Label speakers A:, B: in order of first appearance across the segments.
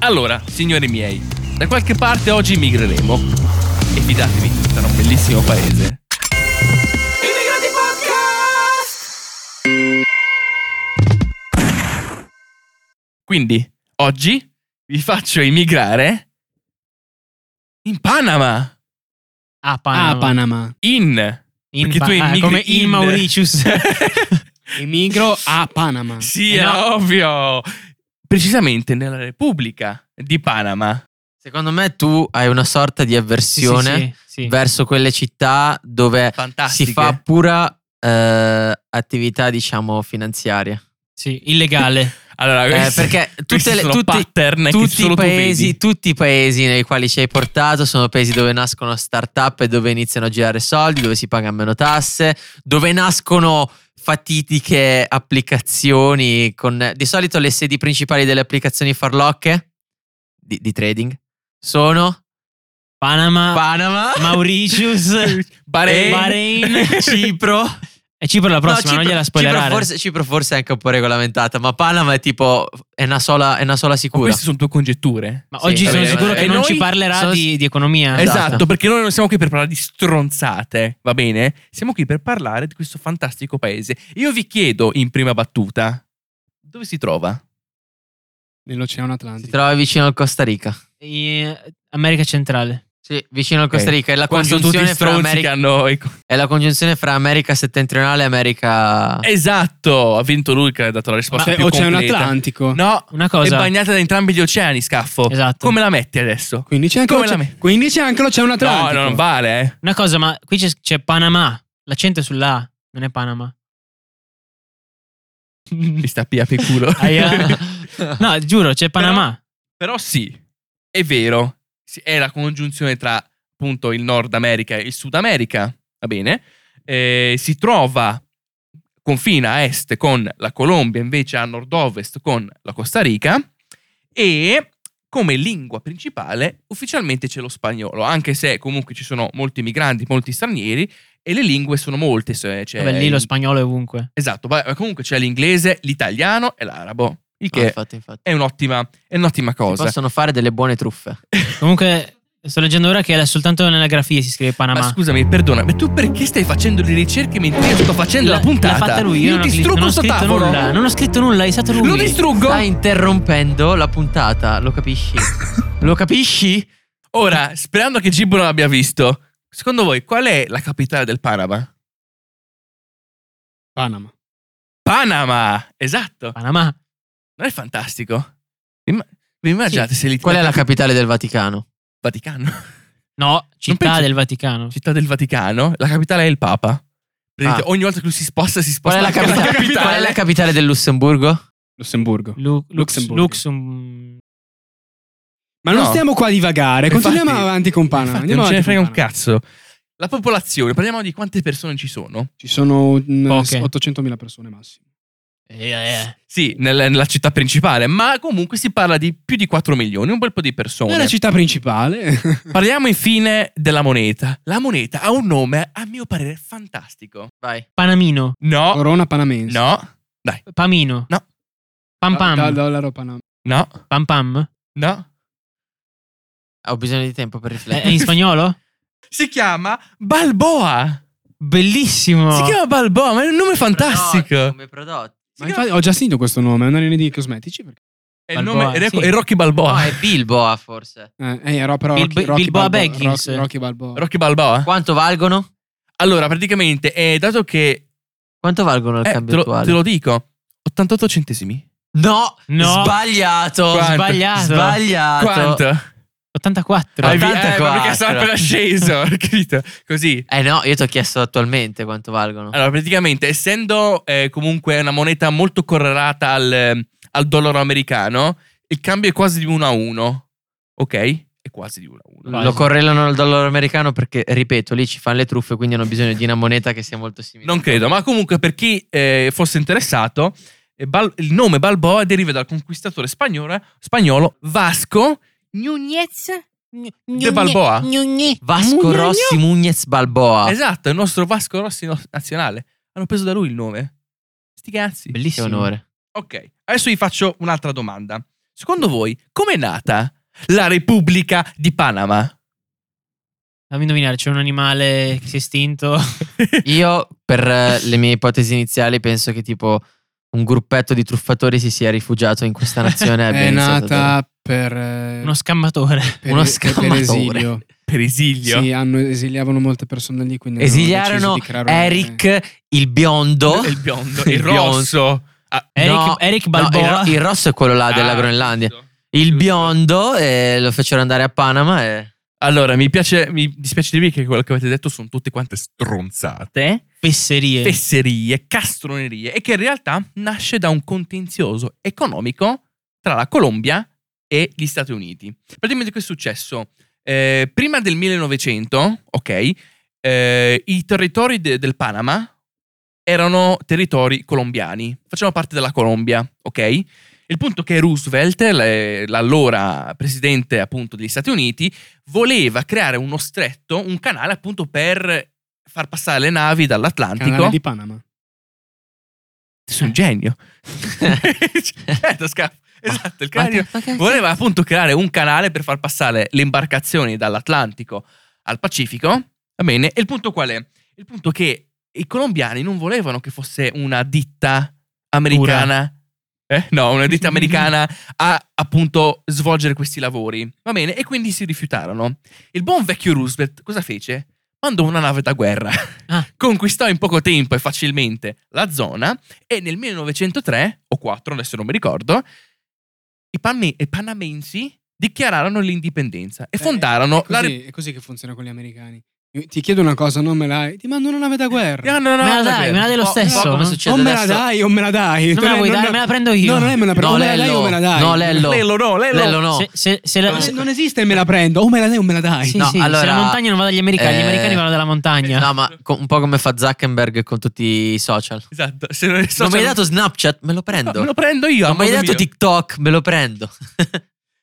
A: Allora, signori miei, da qualche parte oggi migreremo. E fidatevi, sarà un bellissimo paese.
B: Immigrati Podcast!
A: Quindi, oggi vi faccio immigrare in Panama.
C: A
D: Ah,
C: Panama.
D: Panama.
A: In.
C: In
A: perché
C: Pa-
A: tu
C: ah,
A: immigri
C: come in Mauritius.
D: Emigro a Panama.
A: sì,
C: Eh
A: è
C: no.
A: ovvio. Precisamente nella Repubblica di Panama.
E: Secondo me tu hai una sorta di avversione
C: Sì, sì, sì.
E: verso quelle città dove
A: Fantastiche.
E: si fa pura eh, attività, diciamo, finanziaria.
C: Sì, illegale.
A: Allora,
E: Eh,
A: questi-
E: perché
A: questi
E: tutte le,
A: sono
E: tutti,
A: pattern che
E: tutti
A: solo tu
E: i paesi,
A: vedi.
E: tutti i paesi nei quali ci hai portato sono paesi dove nascono start-up e dove iniziano a girare soldi, dove si pagano meno tasse, dove nascono fatitiche applicazioni con di solito le sedi principali delle applicazioni farlocche di, di trading sono
C: Panama,
E: Panama,
C: Mauritius,
A: Bahrain.
C: Bahrain.
E: Cipro.
C: E Cipro la prossima,
E: No,
C: non gliela spoilerare.
E: Cipro forse, Cipro forse è anche un po' regolamentata, ma Panama è tipo è una sola, è una sola
A: Ma
E: sicura.
A: queste sono tue congetture.
C: Ma
E: Sì,
C: oggi
E: è
C: sono
E: vero,
C: sicuro
E: è
C: che
A: vero.
C: non
A: E
C: ci
A: noi
C: parlerà
E: sono-
C: di, di economia.
E: Esatto.
A: Esatto. perché noi non siamo qui per parlare di stronzate, va bene? Siamo qui per parlare di questo fantastico paese. Io vi chiedo in prima battuta, dove si trova?
D: Nell'Oceano
E: Si
D: Atlantico.
E: trova vicino al Costa Rica.
C: Eh, America centrale.
E: Sì, vicino al Costa Rica. È la,
A: Qua sono tutti
E: congiunzione fra,
A: stronzi che
E: America,
A: hanno... i-
E: è la congiunzione fra America settentrionale e America.
A: Esatto, ha vinto lui che ha dato la risposta
D: Cioè,
A: più
D: Oceano
A: completa.
D: Atlantico.
A: No,
C: Una
A: è
C: cosa.
A: bagnata da entrambi gli oceani, scaffo.
C: Esatto.
A: Come la metti adesso?
D: Quindi c'è anche
A: Come
D: l'oce-
A: la me-
D: quindi c'è anche l'Oceano Atlantico.
A: No, no, non vale, eh.
C: Una cosa, ma qui c'è, c'è Panama. L'accento è sulla A, non è Panama.
A: Mi sta pia per culo.
C: Aia. No, giuro, c'è Panama.
A: Però sì, è vero, sì, è la congiunzione tra appunto il Nord America e il Sud America, va bene? Eh, si trova, confina a est con la Colombia, invece a nord-ovest con la Costa Rica e come lingua principale ufficialmente c'è lo spagnolo, anche se comunque ci sono molti migranti, molti stranieri e le lingue sono molte. se c'è
C: Vabbè, lì lo
A: il-
C: spagnolo è ovunque.
A: Esatto, va- comunque c'è l'inglese, l'italiano e l'arabo,
C: Ah,
A: il
E: No,
A: che
E: infatti, infatti.
A: è un'ottima, è un'ottima
E: Si
A: cosa.
E: possono fare delle buone truffe.
C: Comunque, sto leggendo ora che soltanto nella grafia si scrive Panama.
A: Ma scusami, perdona, ma tu perché stai facendo le ricerche mentre io sto facendo la,
C: L'ha-
A: puntata?
C: L'ha fatta lui. Io
A: Io
C: non ho cli-
A: distruggo
C: non ho
A: sto
C: scritto
A: tavolo.
C: nulla. Non ho scritto nulla, è stato lui.
A: Lo distruggo.
E: Stai interrompendo la puntata, lo capisci? lo capisci?
A: Ora, sperando che Gibbo non l'abbia visto, secondo voi qual è la capitale del Panama?
D: Panama.
A: Panama! Esatto.
C: Panama.
A: Non è fantastico? Imma- Vi immaginate se l'Italia
E: Qual è la capitale del Vaticano?
A: Vaticano?
C: No, città
A: penso-
C: del Vaticano.
A: Città del Vaticano, la capitale è il Papa. Praticamente Ogni volta che lui si sposta, si
E: Qual
A: sposta
E: è la
A: anche la
E: capitale, qual è la capitale del Lussemburgo?
D: Lussemburgo.
C: Lu- Lux-
D: Luxemburgo.
C: Luxem-
D: Ma non
A: No.
D: stiamo qua a divagare. Continuiamo
A: Infatti-
D: avanti con Panama.
A: Infatti,
D: Andiamo
A: non ce ne frega
D: avanti
A: un
D: con Panama.
A: cazzo. La popolazione, parliamo di quante persone ci sono.
D: Ci sono mm,
C: Poche.
D: 800.000 persone massimo.
C: Eh, eh.
A: Sì, nel- nella città principale, ma comunque si parla di più di 4 milioni, un bel po' di
D: È
A: persone.
D: la città principale.
A: Parliamo infine della moneta. La moneta ha un nome, a mio parere, fantastico.
E: Vai.
C: Panamino.
A: No,
D: Corona panamense.
A: no, dai,
C: Pamino.
A: No. Ah,
C: Pam pam.
D: Da- dollaro Panama.
A: no,
C: Pam pam.
A: no.
E: Ho bisogno di tempo per
C: È è
E: riflettere.
C: in spagnolo?
A: Si chiama Balboa.
C: Bellissimo.
A: Si chiama Balboa, ma è un nome fantastico.
E: Prodotti, Come prodotti.
D: Ma infatti ho già sentito questo nome, è una linea di cosmetici. Perché...
A: È, il
C: Balboa,
A: nome, è,
C: sì.
A: è Rocky Balboa.
E: No, è Bilboa forse.
D: Eh, eh, era però
C: Bil-
D: Rocky,
C: Bil- Bilboa
D: Rocky Balboa-
C: Baggins.
D: Rocky, Rocky Balboa.
A: Rocky Balboa.
E: Quanto valgono?
A: Allora, praticamente, eh, dato che...
E: Quanto valgono il
A: eh, te,
E: cambio
A: lo,
E: attuale?
A: te lo dico, 88 centesimi.
E: No,
C: No.
E: sbagliato.
A: Quanto?
C: Sbagliato.
E: Sbagliato.
A: Quanto?
C: 84.
A: Hai vi- eh,
E: 84.
A: ma perché sono appena sceso, capito? Così.
E: Eh no, io ti ho chiesto attualmente quanto valgono.
A: Allora, praticamente, essendo eh, comunque una moneta molto correlata al, eh, al dollaro americano, il cambio è quasi di 1 a 1. Ok? È quasi di 1 a 1.
C: Vai.
E: Lo correlano al dollaro americano perché, ripeto, lì ci fanno le truffe, quindi hanno bisogno di una moneta che sia molto simile.
A: Non credo, ma comunque per chi eh, fosse interessato, eh, Bal- il nome Balboa deriva dal conquistatore spagnolo, spagnolo Vasco
B: Nunez?
A: de Balboa.
E: Vasco Rossi Mugnez Balboa.
A: Esatto, il nostro Vasco Rossi no- nazionale. Hanno preso da lui il nome. Sti cazzi.
E: Che
C: Bellissimo.
E: onore.
A: Ok, adesso vi faccio un'altra domanda. Secondo voi, com'è nata la Repubblica di Panama?
C: Fammi indovinare, c'è un animale che si è estinto.
E: Io, per eh, le mie ipotesi iniziali, penso che tipo un gruppetto di truffatori si sia rifugiato in questa nazione. e abbia
D: è
E: iniziato a dare-
D: nata per, eh,
C: Uno scammatore.
D: per-
E: uno
D: per
E: scammatore.
D: esilio.
A: Per esilio.
D: Sì, hanno- esiliavano molte persone lì. Quindi hanno deciso
E: Esiliarono
D: di creare eh, un-
E: Eric, il biondo.
A: Il biondo,
E: Oh. Il
A: il
E: biondo.
A: rosso. Ah,
C: Eric,
E: No,
C: Eric
E: No, il,
C: Balboa.
E: ro- il rosso è quello là della
A: ah,
E: Groenlandia.
A: giusto.
E: Il biondo eh, lo fecero andare a Panama e...
A: Allora, mi piace, mi dispiace dirvi che quello che avete detto sono tutte quante stronzate,
C: Fesserie.
A: fesserie, castronerie e che in realtà nasce da un contenzioso economico tra la Colombia e gli Stati Uniti. Praticamente che è successo? Eh, prima del 1900, ok, eh, i territori de- del Panama erano territori colombiani, facevano parte della Colombia, ok? Il punto è che Roosevelt, le- l'allora presidente appunto degli Stati Uniti, voleva creare uno stretto, un canale appunto per far passare le navi dall'Atlantico.
D: Canale di Panama.
A: Sei un genio. certo, Scaff. Esatto, il canale. Voleva appunto creare un canale per far passare le imbarcazioni dall'Atlantico al Pacifico. Va bene? E il punto qual è? Il punto è che i colombiani non volevano che fosse una ditta americana. Eh? No, una ditta americana a appunto svolgere questi lavori. Va bene? E quindi si rifiutarono. Il buon vecchio Roosevelt cosa fece? Mandò una nave da guerra.
C: Ah.
A: Conquistò in poco tempo e facilmente la zona e nel 1903 o 4, adesso non mi ricordo, i, panme- i panamensi dichiararono l'indipendenza e
D: Eh,
A: fondarono la Repubblica.
D: Così, è così che funziona con gli americani. Io Ti chiedo una cosa, non me la hai. Ti mando una nave da guerra.
A: no,
C: Me la dai, me la dai lo stesso.
E: Come
C: no?
E: succede
D: o me la
E: adesso?
D: dai, o me la dai.
C: Non me la vuoi dare, me la prendo io.
D: No, non è me la prendo.
E: No,
D: o me la dai
E: Lello.
D: o me la dai.
E: No, Lello.
A: Lello, no, Lello.
E: Lello no.
C: Se, se- se la,
D: Non,
C: se-
D: Eh, non esiste me la prendo. O me la dai o me la dai.
C: sì,
E: No,
C: sì,
E: allora,
C: se la montagna non va dagli americani,
E: eh,
C: gli americani vanno dalla montagna.
E: No, ma co- un po' come fa Zuckerberg con tutti i social.
A: Esatto. Se non,
E: Non mi hai dato Snapchat? Me lo prendo.
A: No, me lo prendo io. a
E: non mi hai
A: modo
E: dato
A: mio.
E: TikTok? Me lo prendo.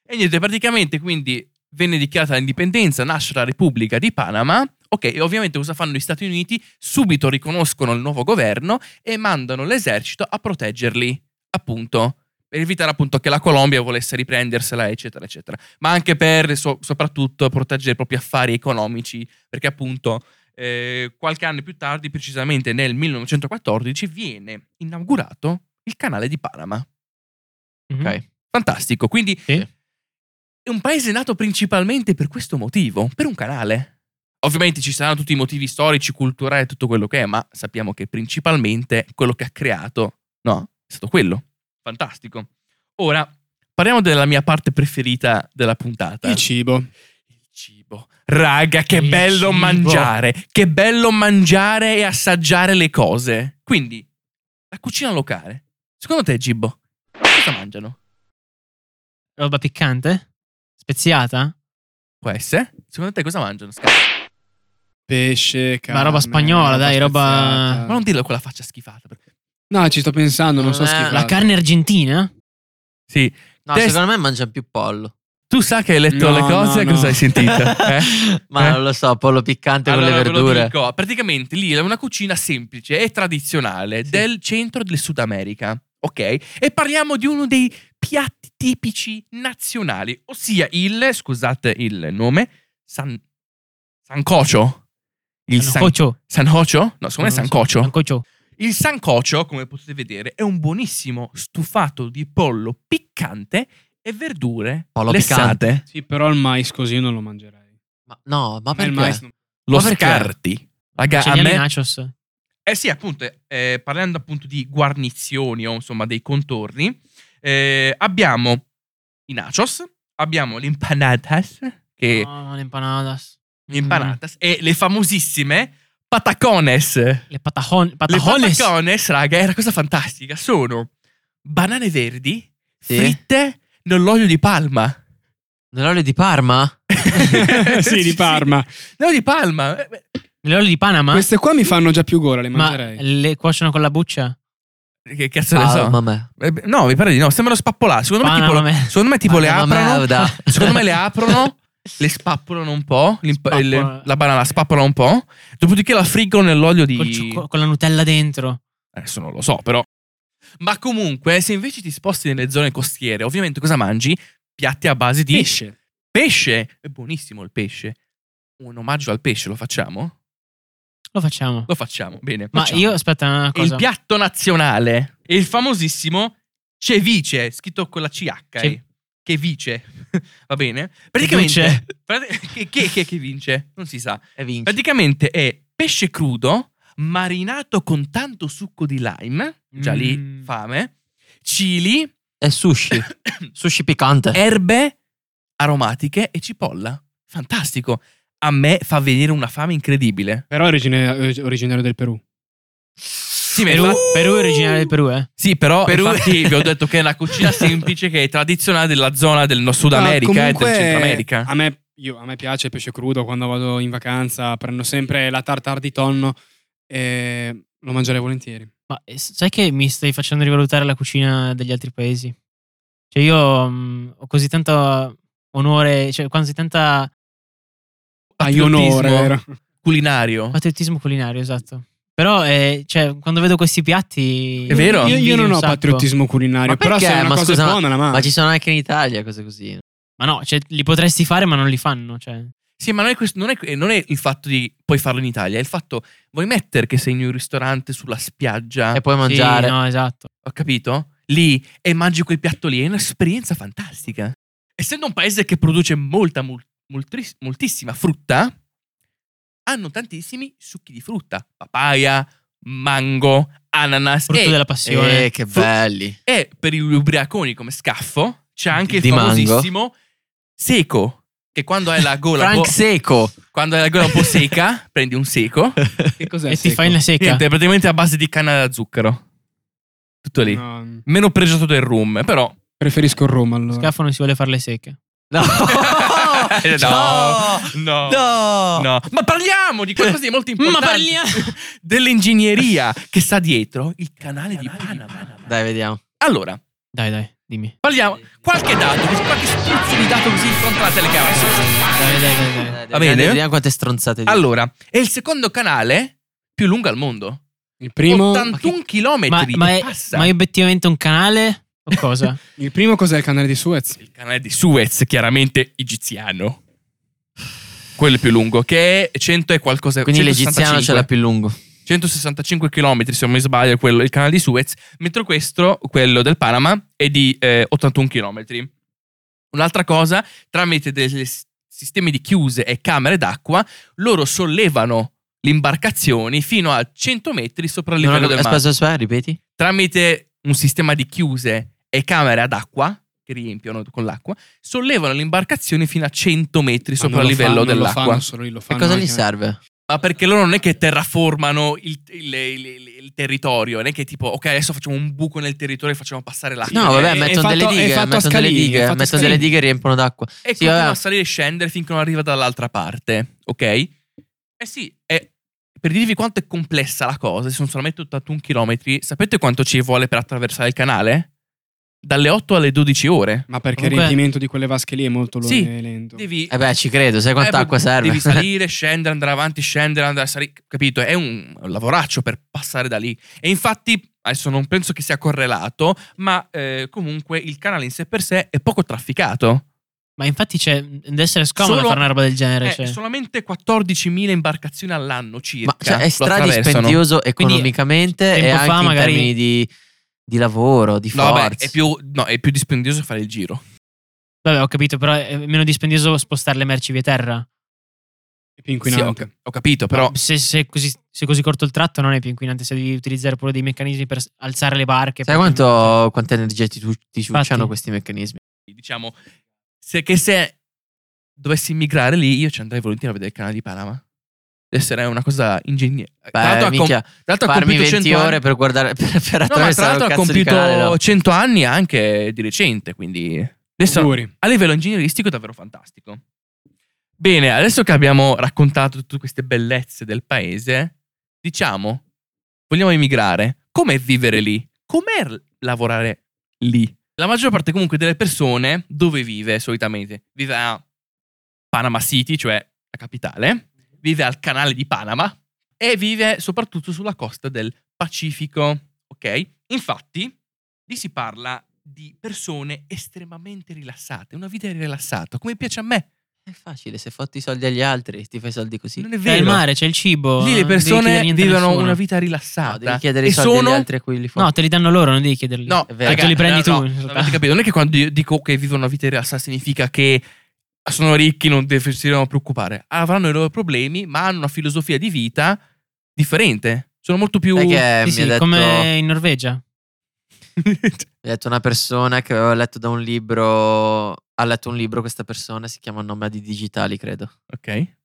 A: E niente, praticamente quindi venne dichiarata l'indipendenza, nasce la Repubblica di Panama. Ok, e ovviamente cosa fanno gli Stati Uniti? Subito riconoscono il nuovo governo e mandano l'esercito a proteggerli, appunto, per evitare appunto che la Colombia volesse riprendersela, eccetera, eccetera. Ma anche per, so- soprattutto, proteggere i propri affari economici, perché appunto eh, qualche anno più tardi, precisamente nel 1914, viene inaugurato il canale di Panama. Mm.
C: Mhm.
E: Ok.
A: Fantastico, quindi
C: Sì.
A: è un paese nato principalmente per questo motivo, per un canale. Ovviamente ci saranno tutti i motivi storici, culturali, tutto quello che è, ma sappiamo che principalmente quello che ha creato, no, è stato quello. Fantastico. Ora, parliamo della mia parte preferita della puntata.
D: Il cibo.
A: Il cibo. Raga, che
C: Il
A: bello
C: cibo.
A: mangiare! Che bello mangiare e assaggiare le cose. Quindi, la cucina locale. Secondo te, Gibbo, cosa mangiano?
C: Roba piccante? Speziata?
A: Può essere? Secondo te cosa mangiano? Scar-
D: Pesce, carne.
C: roba spagnola, dai, roba-
D: speziata.
A: Ma non dirlo con la faccia schifata. perché-
D: No, ci sto pensando, non so
E: Eh,
D: schifo.
C: La carne argentina?
A: Sì,
E: No,
A: Test-
E: secondo me mangia più pollo.
A: tu sa che hai letto
D: No,
A: le cose,
D: no, no.
A: cosa hai sentito? Eh?
E: Ma
A: Eh?
E: non lo so, pollo piccante
A: Allora,
E: con le
A: ve lo
E: verdure.
A: dico, praticamente lì è una cucina semplice e tradizionale del centro del Sud America, ok? E parliamo di uno dei piatti tipici nazionali, ossia il, scusate il nome, san, sancocio. Il san-
C: Cocio.
A: sancocio? No, secondo me è sancocio.
C: Sancocio.
A: Il sancocio, come potete vedere, è un buonissimo stufato di pollo piccante e verdure
E: Pollo
A: lessate.
D: Sì, però il mais così io non lo mangerei.
E: Ma- no, ma
D: A me il
E: perché?
D: mais non-
A: Lo
E: Ma perché?
A: scarti. Raga, a
C: Cereali
A: me...
C: nachos.
A: Eh sì, appunto, eh, parlando appunto di guarnizioni o insomma dei contorni, eh, abbiamo i nachos, abbiamo le impanadas, che
C: No, le empanadas.
A: le impanadas, e le famosissime patacones.
C: Mm. Le patajon-
A: Le
C: patajones.
A: patacones, raga, è una cosa fantastica. Sono banane verdi
E: Sì.
A: fritte nell'olio di palma.
E: Nell'olio di Parma?
D: sì, di Parma.
A: Sì, Nell'olio di palma. Eh, beh,
C: le olio di Panama?
D: Queste qua mi fanno già più gola, le
C: Ah? ma
D: mangerei.
C: le cuociono con la buccia?
A: Che cazzo ne so?
E: Palma me.
A: Eh, beh, No, mi pare di no. Sembra lo spappolare. Secondo me, tipo,
C: Panama.
A: secondo me tipo le
E: Palma
A: aprono.
E: merda.
A: Secondo me le aprono, le spappolano un po'. l'imp-
C: Spappola.
A: le- la banana la spappolano un po'. Dopodiché la friggono nell'olio di.
C: Col ciocco- con la Nutella dentro.
A: Adesso non lo so, però. Ma comunque, se invece ti sposti nelle zone costiere, ovviamente cosa mangi? Piatti a base di
D: Pesce.
A: pesce. È buonissimo il pesce. Un omaggio al pesce, lo facciamo?
C: Lo facciamo.
A: Lo facciamo, bene.
C: Ma
A: Facciamo.
C: io, aspetta una
A: il
C: cosa.
A: piatto nazionale è il famosissimo ceviche, scritto con la CH. eh.
C: Ce-
A: Che vice, va bene? Praticamente,
C: duce.
A: prati- che, che, che- che vince? Non si sa.
E: E vinci.
A: Praticamente è pesce crudo, marinato con tanto succo di lime, già lì
C: Mm.
A: fame, chili,
E: È sushi. sushi piccante.
A: Eh, erbe aromatiche e cipolla. Fantastico. A me fa venire una fame incredibile.
D: Però è origine- eh, originario del Perù.
A: Sì, ma
C: Perù,
A: infa-
C: Perù è originale del Perù, eh.
A: Sì, però
E: Perù-
A: infatti vi ho detto che è una cucina semplice che è tradizionale della zona del no- Sud
D: Ma
A: America e
D: Ah, comunque,
A: del Centro America.
D: A me, io- a me piace il pesce crudo quando vado in vacanza, prendo sempre la tartar di tonno e lo mangerei volentieri.
C: Ma eh, sai che mi stai facendo rivalutare la cucina degli altri paesi? Cioè io mm, ho così tanto onore, cioè quasi tanta
D: Hai onore,
A: Patriottismo
D: vero?
A: culinario.
C: patriottismo culinario, esatto. Però eh, cioè, quando vedo questi piatti...
A: È vero?
D: Io, io
C: invidio
D: non
C: un
D: ho
C: sacco.
D: patriottismo culinario,
E: Ma
D: però se
E: perché?
D: è una
E: Ma
D: cosa
E: scusa,
D: buona la mangio.
E: Ma ci sono anche in Italia cose così.
C: Ma no, cioè, li potresti fare ma non li fanno. Cioè.
A: Sì, ma non è, questo- non è- non è il fatto di poi farlo in Italia, è il fatto vuoi mettere che sei in un ristorante sulla spiaggia,
E: E puoi mangiare.
C: Sì, no, esatto.
A: ho capito? Lì e mangi quel piatto lì, è un'esperienza fantastica. Essendo un paese che produce molta, mol- moltris- moltissima frutta, hanno tantissimi succhi di frutta, papaya, mango, ananas
C: Frutto
A: e
C: della passione.
E: Eh, che
A: Fu-
E: belli.
A: E per gli ubriaconi come scaffo c'è anche il
E: Di mango.
A: famosissimo seco, che quando hai la gola, un
E: Frank
A: po'-
E: Seco.
A: quando hai la gola un po' seca, prendi un seco.
D: Che cos'è?
C: e
D: il
C: ti fai
D: secco?
C: una secca.
A: Niente, è praticamente a base di canna da zucchero. Tutto lì.
D: No,
A: Meno pregiato del rum, però.
D: preferisco il rum allora.
C: Scafo non si vuole fare le secche.
E: No.
A: Eh, No. No.
E: No.
A: No. Ma parliamo di qualcosa di molto
C: Ma
A: importante.
C: parliamo...
A: dell'ingegneria che sta dietro il canale di Panama.
E: Dai, vediamo.
A: Allora,
C: Dai, dai, dimmi.
A: parliamo. Qualche dato, qualche spruzzo di dato così in fronte alla telecamera.
C: Dai, dai, dai, dai.
E: Va
A: bene?
E: Vediamo quante stronzate dici.
A: Allora, è il secondo canale più lungo al mondo.
D: Il primo,
A: 81 km
C: Ma, ma è,
A: passa.
C: ma è obiettivamente un canale o cosa?
D: il primo cos'è il canale di Suez?
A: Il canale di Suez, chiaramente egiziano. Quello più lungo, che è 100 e qualcosa.
E: Quindi
A: 165.
E: l'egiziano ce l'ha più lungo.
A: 165 km, se non mi sbaglio, è quello, il canale di Suez, mentre questo, quello del Panama, è di eh, 81 km. Un'altra cosa, tramite dei sistemi di chiuse e camere d'acqua, loro sollevano le imbarcazioni fino a 100 metri sopra il livello
E: Non ho-
A: del
E: aspetta,
A: mare.
D: eh,
E: aspetta, aspetta, ripeti.
A: Tramite un sistema di chiuse e camere ad acqua, che riempiono con l'acqua, sollevano le imbarcazioni fino a 100 metri sopra
D: Ma
A: il
D: Ah, non lo
A: livello
D: fanno, non
A: dell'acqua.
D: Lo fanno solo lì, lo
E: Che
D: fanno
E: cosa
D: anche-
E: gli serve?
A: Ma perché loro non è che terraformano il, il- il- il- il territorio, non è che tipo, ok, adesso facciamo un buco nel territorio e facciamo passare l'acqua.
E: No,
D: è-
E: vabbè,
D: è
E: mettono
D: fatto-
E: delle
D: è
E: dighe,
D: fatto a
E: mettono delle
D: scalini, è
E: dighe,
D: fatto a
E: mettono delle
D: scalini.
E: dighe e riempiono d'acqua.
A: E
E: sì,
A: continua
E: vabbè.
A: a salire e scendere finché non arriva dall'altra parte, ok? Eh sì, è- per dirvi quanto è complessa la cosa, sono solamente 81 km, sapete quanto ci vuole per attraversare il canale? Dalle 8 alle 12 ore.
D: Ma perché il
C: Comunque-
D: riempimento di quelle vasche lì è molto lo-
A: Sì,
D: è lento.
A: Devi...
E: Eh beh, ci credo, sai
A: eh,
E: quanta acqua serve?
A: Devi salire, scendere, andare avanti, scendere, andare a salire. Capito? È un, un lavoraccio per passare da lì. E infatti, adesso non penso che sia correlato, ma eh, comunque il canale in sé per sé è poco trafficato.
C: Ma infatti c'è deve essere scomodo
A: Solo-
C: fare una roba del genere.
A: Eh,
C: cioè.
A: solamente 14.000 imbarcazioni all'anno circa.
E: certo. Ma cioè, è
A: lo attraversano.
E: stradispendioso economicamente e
C: tempo fa
E: anche in
C: magari-
E: termini di, di lavoro, di
A: No,
E: forza.
A: vabbè, è più, no, è più dispendioso fare il giro.
C: Vabbè, ho capito, però è meno dispendioso spostare le merci via terra.
D: È più
A: Sì, ho,
D: inquinante.
A: cap- ho capito, però.
C: Se, se è così, se è così corto il tratto non è più inquinante, se devi utilizzare pure dei meccanismi per s- alzare le barche.
E: Sai
C: per-
E: quanto, quanta energia ti, tu- ti ciucciano
C: Infatti.
E: questi meccanismi?
A: diciamo, se, che se dovessi immigrare lì, io ci andrei volentieri a vedere il canale di Panama. Adesso è una cosa ingegnerosa.
E: Beh, Eh, minchia, farmi 20 ore per guardare per, per
A: No, ma tra
E: attraversare
A: l'altro
E: un
A: ha
E: cazzo di
A: compiuto
E: canale, no.
A: 100 anni anche di recente, quindi adesso
D: Auguri.
A: a livello ingegneristico è davvero fantastico. Bene, adesso che abbiamo raccontato tutte queste bellezze del paese, diciamo, vogliamo emigrare. Com'è vivere lì? Com'è r- lavorare lì? La maggior parte comunque delle persone dove vive solitamente? Vive a Panama City, cioè la capitale, vive al canale di Panama e vive soprattutto sulla costa del Pacifico, ok? Infatti, Lì si parla di persone estremamente rilassate, una vita rilassata, come piace a me.
E: È facile, se fotti i soldi agli altri, ti fai i soldi così.
A: Non è
C: C'è
A: vero.
C: Eh, il mare, c'è il cibo.
A: Lì le
C: non devi chiedere
A: persone
C: niente a
A: vivono
C: nessuno.
A: una vita
E: No,
A: rilassata.
E: devi chiedere
A: e
E: i soldi
A: sono...
E: agli altri a cui li fai.
C: No, te li danno loro, non devi chiederli.
A: No,
E: È vero.
A: raga,
E: Te
C: li prendi
A: no,
C: tu,
A: no,
C: in realtà.
A: non avete capito? Non è che quando io dico che vivono una vita rilassata significa che sono ricchi, non def- si devono preoccupare. Avranno i loro problemi, ma hanno una filosofia di vita differente. Sono molto più.
E: Sai che
C: Sì,
E: eh, mi,
C: sì,
E: ha detto, mi
C: come in Norvegia.
E: ha detto una persona che aveva letto da un libro. Ha letto un libro, questa persona si chiama Nomadi Digitali, credo.
A: ok.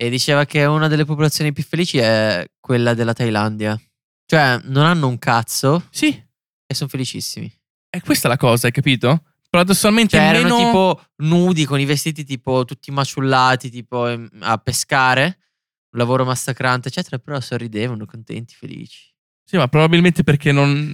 E: E diceva che una delle popolazioni più felici è quella della Thailandia. Cioè, non hanno un cazzo
A: Sì,
E: e sono felicissimi.
A: è questa la cosa, hai capito? Paradossalmente
E: Cioè,
A: meno...
E: erano tipo nudi con i vestiti tipo tutti maciullati, tipo in- a pescare, un lavoro massacrante, eccetera, però sorridevano, contenti, felici.
A: Sì, ma probabilmente perché non,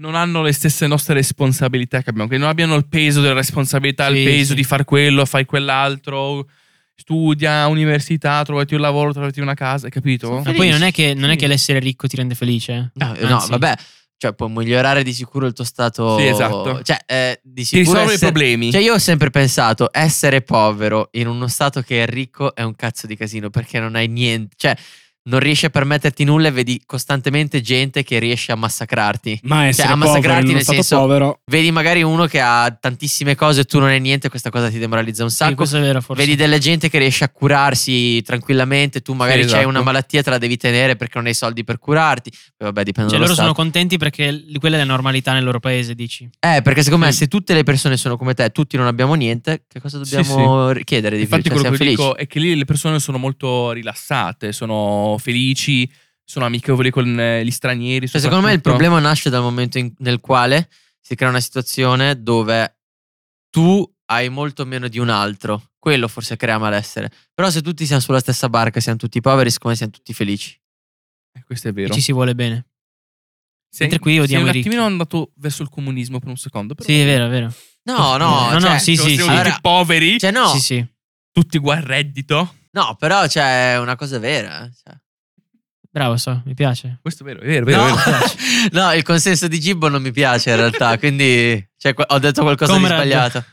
A: non hanno le stesse nostre responsabilità che abbiamo, che non abbiano il peso della responsabilità, il
C: Sì,
A: peso
C: sì.
A: di far quello, fai quell'altro, studia, università, trovati un lavoro, trovati una casa, hai capito?
C: Ma poi non è, che, non è che l'essere ricco ti rende felice. eh.
E: No,
C: Anzi.
E: Ah, no, vabbè, cioè puoi migliorare di sicuro il tuo stato...
A: Sì, esatto.
E: Cioè, eh,
A: Ti
E: di sicuro...
A: risolve i
E: essere-
A: problemi.
E: Cioè, io ho sempre pensato, essere povero in uno stato che è ricco è un cazzo di casino, perché non hai niente, cioè... Non riesci a permetterti nulla e vedi costantemente gente che riesce a massacrarti.
A: cioè,
D: Ma essere
E: a
D: povero
E: massacrarti
D: in uno
E: nel
D: stato
E: senso-
D: povero
E: Vedi magari uno che ha tantissime cose e tu non hai niente, questa cosa ti demoralizza un
C: Sì,
E: sacco.
C: questo è vero, forse.
E: Vedi della gente che riesce a curarsi tranquillamente, tu magari
A: Sì,
E: c'hai
A: esatto.
E: una malattia, te la devi tenere perché non hai soldi per curarti. Poi Vabbè, dipende
C: Cioè,
E: dallo
C: loro sono
E: stato.
C: contenti perché l- quella è la normalità nel loro paese, dici.
E: Eh, perché secondo me
A: Sì.
E: se tutte le persone sono come te, tutti non abbiamo niente, che cosa
A: Sì,
E: dobbiamo chiedere di più?
A: Infatti
E: Cioè,
A: quello che
E: siamo
A: io
E: felici.
A: dico è che lì le persone sono molto rilassate, sono felici, sono amichevoli con eh, gli stranieri.
E: Cioè, secondo me il
A: soprattutto.
E: problema nasce dal momento in- nel quale si crea una situazione dove tu hai molto meno di un altro. Quello forse crea malessere. Però se tutti siamo sulla stessa barca, siamo tutti poveri, secondo me siamo tutti felici.
A: Eh, Questo è
C: E
A: vero.
C: ci si vuole bene.
A: Se-
C: mentre qui
A: sei
C: odiamo
A: un
C: i ricchi.
A: attimino andato verso il comunismo per un secondo. Però
C: Sì, è vero, è vero.
E: No,
C: No,
E: no,
C: no,
E: cioè,
C: sì,
A: Cioè, siamo tutti
E: Allora-
A: poveri,
E: cioè, no.
C: Sì, sì.
A: tutti qua a reddito.
E: No, però c'è una cosa vera. eh, cioè.
C: Bravo, so, mi piace.
A: Questo è vero, è vero, è vero. è
E: no,
A: vero.
E: no, il consenso di Gibbo non mi piace in realtà, quindi cioè, que- ho detto qualcosa
C: Comrade.
E: di sbagliato.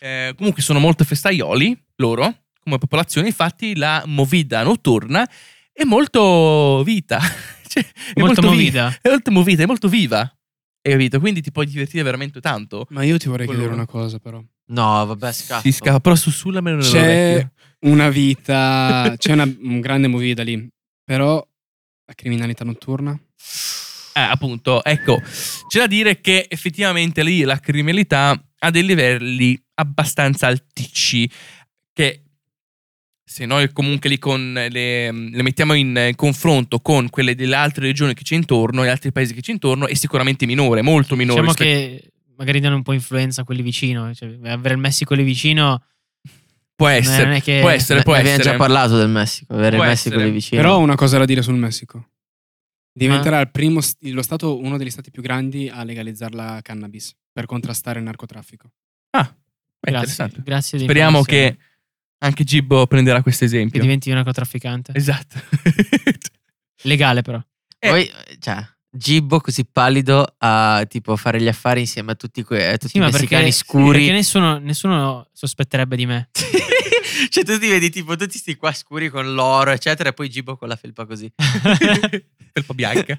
A: Eh, comunque sono molto festaioli loro come popolazione, infatti la movida notturna è molto vita. Cioè,
C: È molto,
A: vi-
C: movida.
A: È molto movida, è molto viva. Hai capito? Quindi ti puoi divertire veramente tanto.
C: Esatto.
D: Ma io ti vorrei
A: Quello-
D: chiedere una cosa però
E: No, vabbè, scappo.
A: Si scappa, però sussullamelo
D: C'è
A: nell'orecchio.
D: una vita C'è una- un grande movida lì Però la criminalità notturna
A: Eh, appunto, ecco, c'è da dire che effettivamente lì la criminalità ha dei livelli abbastanza alticci che se noi comunque li, con le, le mettiamo in eh, confronto con quelle delle altre regioni che c'è intorno, gli altri paesi che c'è intorno, è sicuramente minore, molto minore.
C: Diciamo
A: rispetto-
C: che magari danno un po' influenza a quelli vicino. Cioè, avere il Messico lì vicino
A: può
C: non è- non
A: essere,
C: è che...
A: può essere,
E: Ne-
A: può
E: ne abbiamo
A: essere.
E: già parlato del Messico, avere
A: Può
E: il Messico
A: essere.
E: lì vicino.
D: Però ho una cosa da dire sul Messico
A: Ah.
D: Diventerà il primo st- lo stato, uno degli stati più grandi a legalizzare la cannabis Per contrastare il narcotraffico
A: Ah, beh,
C: Grazie,
A: interessante.
C: grazie di
A: Speriamo
C: informazione.
A: che anche Gibbo prenderà questo
C: Che
A: esempio.
C: diventi un narcotrafficante.
A: Esatto.
C: Legale, però.
A: eh.
E: Poi, cioè, Gibbo così pallido a tipo fare gli affari insieme a tutti, que- a tutti
C: Sì,
E: i
C: ma
E: messicani
C: perché,
E: scuri.
C: perché nessuno, nessuno sospetterebbe di me.
E: cioè, tu ti vedi tipo tutti sti qua scuri con l'oro, eccetera, e poi Gibbo con la felpa così.
A: Felpa bianca.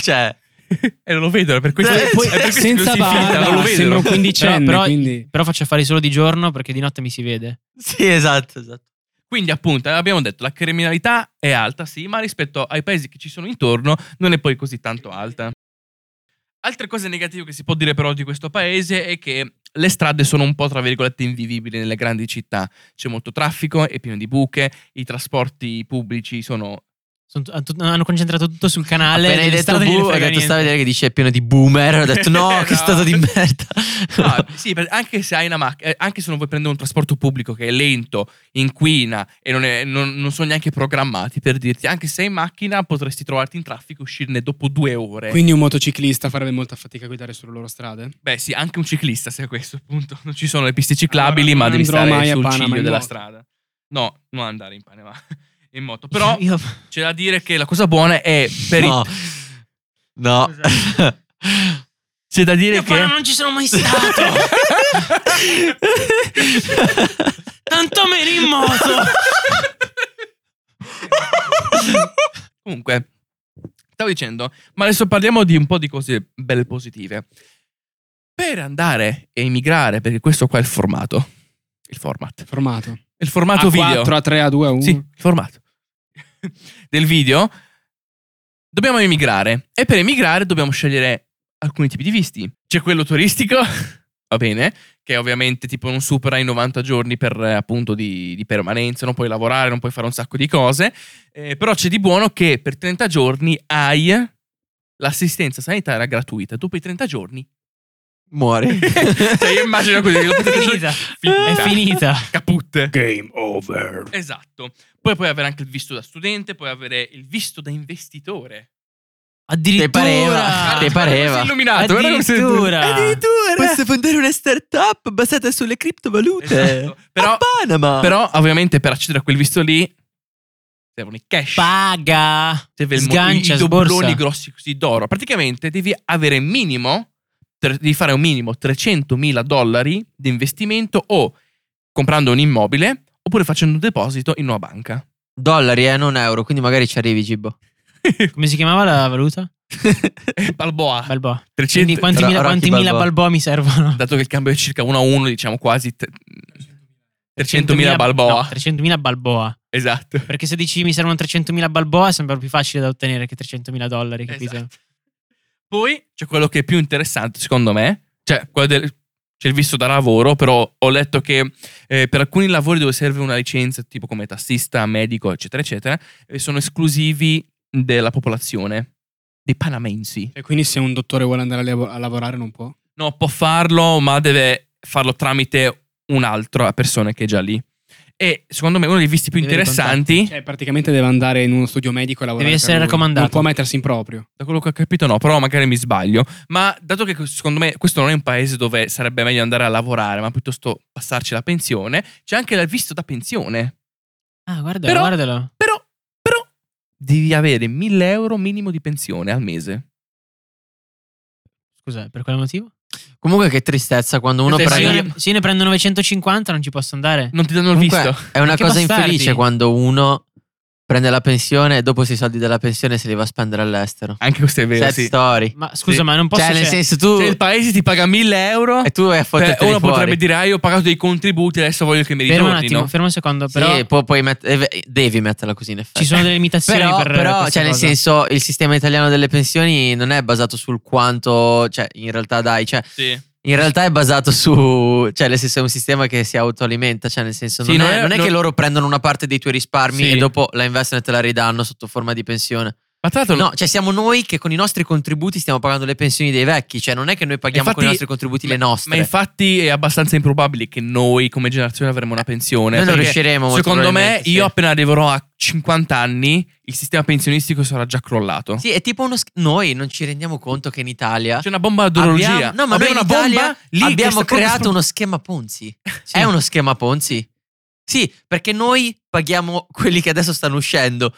E: cioè,
A: E non lo vedono, per questo,
E: Eh,
A: poi,
E: cioè,
D: Senza
A: barba, non lo
D: barba, sembra
A: vedono.
D: un quindicenne
C: Però- però-
D: quindi...
C: Però faccio affari solo di giorno perché di notte mi si vede.
E: sì, esatto, esatto.
A: Quindi appunto abbiamo detto la criminalità è alta sì, ma rispetto ai paesi che ci sono intorno non è poi così tanto alta. Altre cose negative che si può dire però di questo paese è che le strade sono un po' tra virgolette invivibili nelle grandi città. C'è molto traffico, è pieno di buche, i trasporti pubblici sono...
C: Sono tu- tut- hanno concentrato tutto sul canale.
E: Appena hai
C: delle
E: detto
C: strade non gliene
E: bu, ho
C: frega
E: detto
C: niente.
E: stavi a vedere che dice è pieno di boomer. Ho detto no, che
A: No.
E: stato di merda.
A: No, sì, per- anche se hai una macchina, anche se non vuoi prendere un trasporto pubblico che è lento, inquina e non, è- non- non sono neanche programmati per dirti, anche se sei in macchina potresti trovarti in traffico e uscirne dopo due ore.
D: Quindi un motociclista farebbe molta fatica a guidare sulle loro strade?
A: Beh, sì, anche un ciclista, se è questo appunto. Non ci sono le piste ciclabili,
D: Allora,
A: ma
D: Ah, non
A: devi
D: andrò
A: stare
D: mai a
A: sul
D: Panama in
A: ciglio della
D: moto.
A: strada. No, non andare in Panama in moto. Però
C: Io-
A: c'è da
C: Esatto.
A: dire che la cosa buona è per i-
E: no. No.
A: C'è da dire
C: Io
A: che...
C: però non ci sono mai stato. Tanto meno in moto.
A: Comunque, stavo dicendo, ma adesso parliamo di un po' di cose belle e positive. Per andare e emigrare, perché questo qua è il formato. Il format.
D: Formato.
A: Il formato video.
D: A4, A3, A2, A1.
A: Sì, il formato. Del video. Dobbiamo emigrare. E per emigrare dobbiamo scegliere alcuni tipi di visti. C'è quello turistico, va bene, che ovviamente tipo non supera i 90 giorni per eh, appunto di, di permanenza, non puoi lavorare, non puoi fare un sacco di cose. Eh, però c'è di buono che per 30 giorni hai l'assistenza sanitaria gratuita. Dopo i 30 giorni...
E: Muori.
A: Cioè, io immagino così. dopo i 30 giorni-
C: Finita. È finita.
A: Caput.
D: Game over.
A: Esatto. Poi puoi avere anche il visto da studente, puoi avere il visto da investitore. Ah,
E: Te pareva.
C: Addirittura.
E: Te pareva.
A: Sei illuminato, guarda come sei-
C: Ah, Addirittura.
E: Posso fondare una startup basata sulle criptovalute.
A: Esatto. Però,
E: A Panama.
A: però, ovviamente, per accedere a quel visto lì, servono i cash.
C: Paga.
A: serve il mo-
C: sgancia,
A: i dobloni
C: sborsa.
A: grossi così d'oro. Praticamente devi avere minimo, tre- devi fare un minimo 300.000 dollari di investimento o comprando un immobile oppure facendo un deposito in una banca.
E: Dollari, eh, non euro. Quindi magari ci arrivi, Gibbo.
C: Come si chiamava la valuta?
A: Ah, Balboa.
C: Balboa.
A: 300
C: Quindi quanti
E: Ro-
C: mila,
E: Rocky
C: quanti mila
E: Balboa.
C: Balboa mi servono?
A: dato che il cambio è circa 1 a 1, diciamo quasi t- 300.000 balboa.
C: No, 300.000 Balboa.
A: esatto.
C: Perché se dici mi servono 300.000 Balboa sembra più facile da ottenere che 300.000 dollari, capito?
A: Esatto. Poi c'è quello che è più interessante, secondo me, cioè quello del- c'è il visto da lavoro, però ho letto che eh, per alcuni lavori dove serve una licenza, tipo come tassista, medico, eccetera, eccetera, eh, sono esclusivi della popolazione, dei panamensi.
D: E quindi se un dottore vuole andare a, lavo- a lavorare non può?
A: No, può farlo, ma deve farlo tramite un'altra persona che è già lì. E secondo me uno dei visti più
C: Deve
A: interessanti...
D: Cioè praticamente deve andare in uno studio medico e lavorare
C: Devi essere
D: per lui.
C: raccomandato.
D: Non può mettersi in proprio.
A: Da quello che ho capito no, però magari mi sbaglio. Ma dato che secondo me questo non è un paese dove sarebbe meglio andare a lavorare, ma piuttosto passarci la pensione, c'è anche il visto da pensione.
C: Ah, guardalo,
A: Però-
C: guardalo.
A: Però, però, devi avere 1000 euro minimo di pensione al mese.
C: Scusa, per quale motivo?
E: Comunque, che tristezza quando uno
A: Sì,
E: prende.
C: Se io,
A: io-
C: ne, se io ne prendo 950 non ci posso andare.
A: Non ti danno il
E: Comunque,
A: visto.
E: È una
C: Che
E: cosa
C: bastardi.
E: infelice quando uno prende la pensione e dopo i soldi della pensione se li va a spendere all'estero.
A: Anche questo Eh, è vero,
E: Sad
A: sì.
E: story.
C: Ma scusa,
A: Sì.
C: ma non posso...
E: cioè, nel
C: cioè-
E: senso, tu.
A: Se il paese ti paga 1000 euro,
E: E tu vai a
A: beh,
E: fotterteli
A: uno
E: fuori.
A: potrebbe dire, ah, io ho pagato dei contributi, adesso voglio che mi
C: ferma un
A: ritornino.
C: attimo, ferma un secondo,
E: Sì,
C: però
E: pu- puoi met- eh, devi metterla così in effetti.
C: ci sono delle limitazioni
E: però,
C: per
E: però,
C: questa
E: cioè, nel
C: cosa.
E: senso, il sistema italiano delle pensioni non è basato sul quanto, cioè, in realtà dai, cioè,
A: Sì.
E: in realtà è basato su, cioè, nel senso, è un sistema che si autoalimenta, cioè, nel senso,
A: Sì,
E: non,
A: non
E: è,
A: è-
E: non è che
A: non-
E: loro prendono una parte dei tuoi risparmi
A: Sì.
E: e dopo la investono e te la ridanno sotto forma di pensione.
A: Ma tra l'altro,
E: No, cioè, siamo noi che con i nostri contributi stiamo pagando le pensioni dei vecchi, cioè, non è che noi paghiamo con i
A: Infatti-
E: nostri contributi le
A: ma
E: nostre.
A: infatti è abbastanza improbabile che noi come generazione avremo una pensione.
E: noi non
A: perché-
E: riusciremo. molto
A: Secondo me,
E: probabilmente,
A: io
E: sì.
A: appena arriverò a 50 anni, il sistema pensionistico sarà già crollato.
E: Sì, è tipo uno. sch- Noi non ci rendiamo conto che in Italia.
A: C'è una bomba ad orologia.
E: Abbiamo, no, ma
A: Abbiamo
E: noi in
A: una
E: Italia
A: bomba Cioè, lì che
E: abbiamo
A: sta proprio
E: creato
A: spro-
E: uno schema Ponzi.
A: Sì.
E: È uno schema Ponzi? Sì, perché noi paghiamo quelli che adesso stanno uscendo.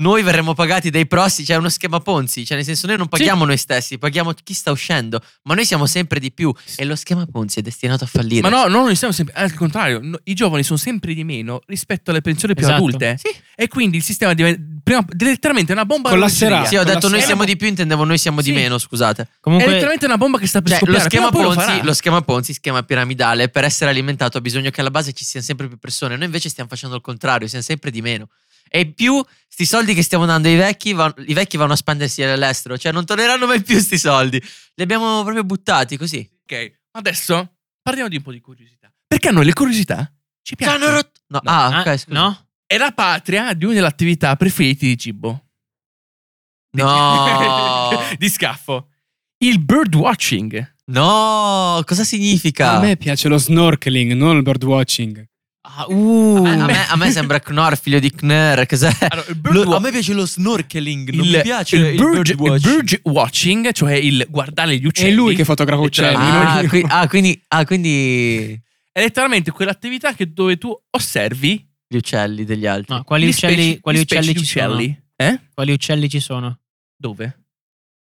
E: Noi verremo pagati dai prossimi, cioè è uno schema Ponzi, cioè nel senso noi non paghiamo noi stessi, paghiamo chi sta uscendo, ma noi siamo sempre di più e lo schema Ponzi è destinato a fallire.
A: Ma no, no, noi siamo sempre. Al contrario, no, i giovani sono sempre di meno rispetto alle pensioni più
C: Esatto.
A: adulte.
E: Sì.
A: E quindi il sistema diventa prima- letteralmente una bomba ad
D: Collasserà.
A: orologeria.
E: Sì, ho
D: con la
E: detto noi
D: schema-
E: siamo di più, intendevo noi siamo
A: Sì.
E: di meno, scusate.
A: È
C: Comunque,
A: letteralmente una bomba che sta per
E: Cioè, lo
A: scoppiare.
E: schema,
A: Prima o poi
E: Ponzi,
A: farà.
E: lo schema Ponzi, schema piramidale, per essere alimentato ha bisogno che alla base ci siano sempre più persone. Noi invece stiamo facendo il contrario, siamo sempre di meno. E in più, sti soldi che stiamo dando ai vecchi, van- i vecchi vanno a spendersi all'estero, cioè non torneranno mai più sti soldi. Li abbiamo proprio buttati così.
A: Ok, ma adesso parliamo di un po' di curiosità. Perché a noi le curiosità ci
E: Ci hanno
A: piacciono.
E: rotto- No,
A: No.
E: ah,
C: ah,
E: ok, scusa.
C: no?
A: È la patria di una delle attività preferite di Gibbo.
E: No.
A: di scaffo. Il birdwatching.
E: No, cosa significa?
D: A me piace lo snorkeling, non il birdwatching.
C: Ah, uh,
E: A me, a me sembra Knorr, figlio di Knorr, cos'è?
A: Allora, il birdwa-
E: piace lo snorkeling,
A: il, il bird, bird watching, cioè il guardare gli
D: È
C: Cioè,
A: uccelli.
D: lui che fotografa uccelli.
E: Ah,
D: non io.
E: qui- ah, quindi, ah, quindi
A: È letteralmente quell'attività che dove tu osservi
E: gli uccelli degli altri.
C: no, quali
A: gli
C: uccelli,
A: specie-
C: quali
A: gli specie
C: uccelli
A: di
C: ci sono?
A: uccelli. Eh?
C: Quali uccelli ci sono?
A: Dove?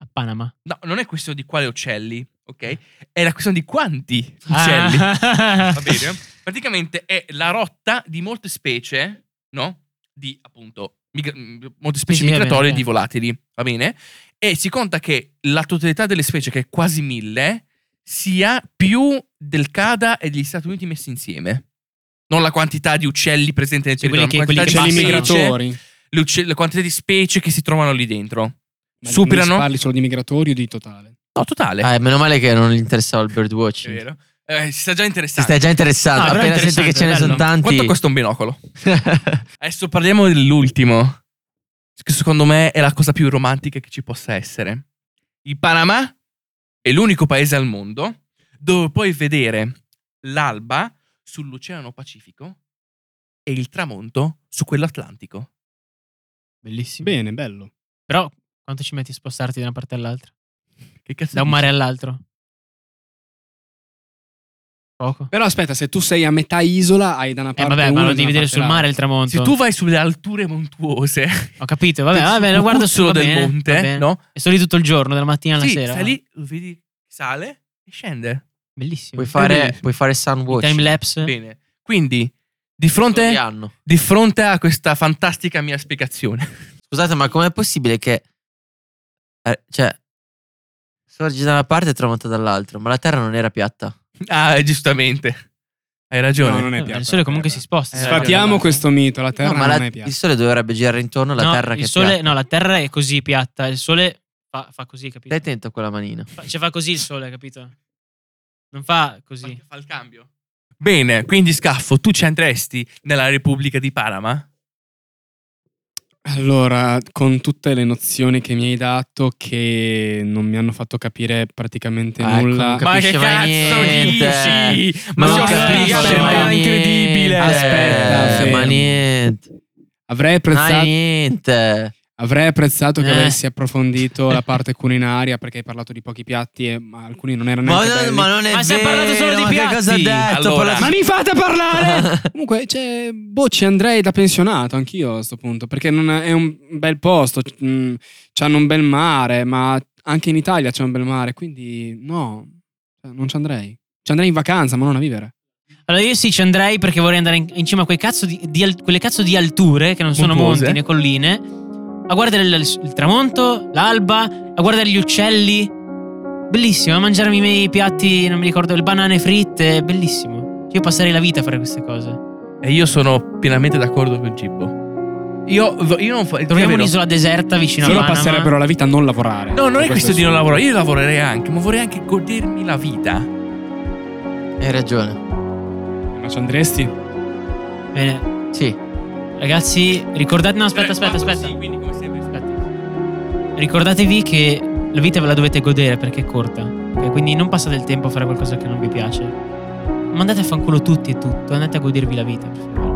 C: A Panama.
A: No, non è questione di quale uccelli. ok? È la questione di quanti uccelli.
C: Ah.
A: Va bene? Praticamente è la rotta di molte specie, no? Di appunto migra- mm, molte specie
C: Sì, sì, va bene,
A: migratorie
C: ok.
A: di volatili, va bene? E si conta che la totalità delle specie, che è quasi mille, sia più del Canada e degli Stati Uniti messi insieme. Non la quantità di uccelli presenti nel
C: Sì, quelli
A: territorio, ma la
C: quelli che
A: quantità di
D: Uccelli
C: passano.
A: specie,
D: migratori.
A: le uccelli- la quantità di specie che si trovano lì dentro.
D: Ma
A: Superano?
D: non si Parli solo di migratori o di totale?
A: No, totale.
E: Ah, meno male che non gli interessava il
A: È
E: birdwatching.
A: vero. Eh, si sta già
E: Ti
A: interessando.
E: stai già interessando.
C: No, però è
E: Appena senti che ce ne sono
C: interessante,
E: tanti.
A: Quanto costa un binocolo? Adesso parliamo dell'ultimo, che secondo me è la cosa più romantica che ci possa essere. Il Panama è l'unico paese al mondo dove puoi vedere l'alba sull'Oceano Pacifico e il tramonto su quello Atlantico.
C: Bellissimo.
D: Bene, bello.
C: Però quanto ci metti a spostarti da una parte all'altra?
A: Che cazzo
C: Da un
A: dici?
C: mare all'altro? Poco.
D: Però aspetta, se tu sei a metà isola, hai da una
C: Eh
D: parte
C: vabbè,
D: uno
C: ma
D: e
C: lo
D: da
C: devi
D: una
C: vedere
D: parte
C: sul mare il tramonto.
A: Se tu vai sulle alture montuose,
C: Ho capito, vabbè, vabbè,
A: sul
C: lo guardo
A: cucuzzolo
C: solo eh,
A: del monte, no?
C: E sto lì tutto il giorno, dalla mattina alla
A: sì,
C: sera.
A: stai lì, lo vedi, sale e scende.
C: Bellissimo.
E: puoi, fare,
A: bellissimo.
E: puoi fare sunwatch.
C: Time lapse.
A: Bene. Quindi, di fronte,
E: anno.
A: di fronte a questa fantastica mia spiegazione,
E: Scusate, ma com'è possibile che. eh, cioè. Sorge da una parte e tramonta dall'altra, ma la terra non era piatta.
A: ah, giustamente, hai ragione.
D: No, non è piatta.
C: Il sole comunque si sposta.
A: Eh,
C: si
D: Sfatiamo
A: guarda.
D: questo mito, la terra
E: No, ma
D: non
E: la-
D: è piatta.
E: il sole dovrebbe girare intorno alla
C: No,
E: terra
C: il
E: che
C: sole-
E: è piatta.
C: No, la terra è così piatta, il sole fa, fa così, capito?
E: Stai attento a quella manina.
C: Fa- Cioè fa così il sole, capito? Non fa così.
A: Fa il cambio. Bene, quindi Scaffo, tu ci andresti nella Repubblica di Panama?
D: Allora, con tutte le nozioni che mi hai dato, che non mi hanno fatto capire praticamente
E: Ah, ecco,
D: nulla.
E: non capisco Capisce mai niente.
A: dici?
E: Ma
A: non
E: non
A: capisco
E: capisco
A: mai
E: mai
A: niente.
E: niente.
D: Aspetta,
E: Eh, ma
D: fermo.
E: niente.
D: Avrei
E: Ma
D: apprezzato,
E: niente.
D: avrei apprezzato che
E: Eh.
D: avessi approfondito la parte culinaria perché hai parlato di pochi piatti e ma alcuni non erano
E: Ma,
D: neanche
E: no-
D: belli.
E: ma non è
C: Ma si è
E: vero,
C: parlato solo di
E: ma che
C: piatti.
E: cosa ha detto?
A: Allora.
E: Parla-
D: Ma mi fate parlare! Comunque, cioè, boh, ci andrei da pensionato anch'io a sto punto, perché non è un bel posto, c- mh, c'hanno un bel mare, ma anche in Italia c'è un bel mare, quindi no, cioè, non ci andrei. Ci andrei in vacanza, ma non a vivere.
C: Allora io sì ci andrei perché vorrei andare in, in cima a quei cazzo di, di al- quelle cazzo di alture che non sono
A: Montuose.
C: monti né colline. A guardare il, il tramonto, l'alba, a guardare gli uccelli. Bellissimo, a mangiarmi i miei piatti, non mi ricordo, le banane fritte, bellissimo. Io passerei la vita a fare queste cose.
A: E io sono pienamente d'accordo con Gibbo. Io, io non fa-
C: Troviamo
A: davvero.
C: un'isola deserta vicino
D: Solo
C: a Panama.
D: passerebbero la vita a non lavorare.
A: No, non è questo di non
D: lavorare.
A: lavorare, io lavorerei anche, ma vorrei anche godermi la vita.
E: Hai ragione.
D: Ma ci andresti?
C: Bene.
E: Sì.
C: Ragazzi, ricordate... No, aspetta, aspetta, aspetta.
A: quindi come sempre
C: Ricordatevi che la vita ve la dovete godere perché è corta. ok? Quindi non passate il tempo a fare qualcosa che non vi piace. Mandate a fanculo tutti e tutto, andate a godervi la vita, per favore. eh?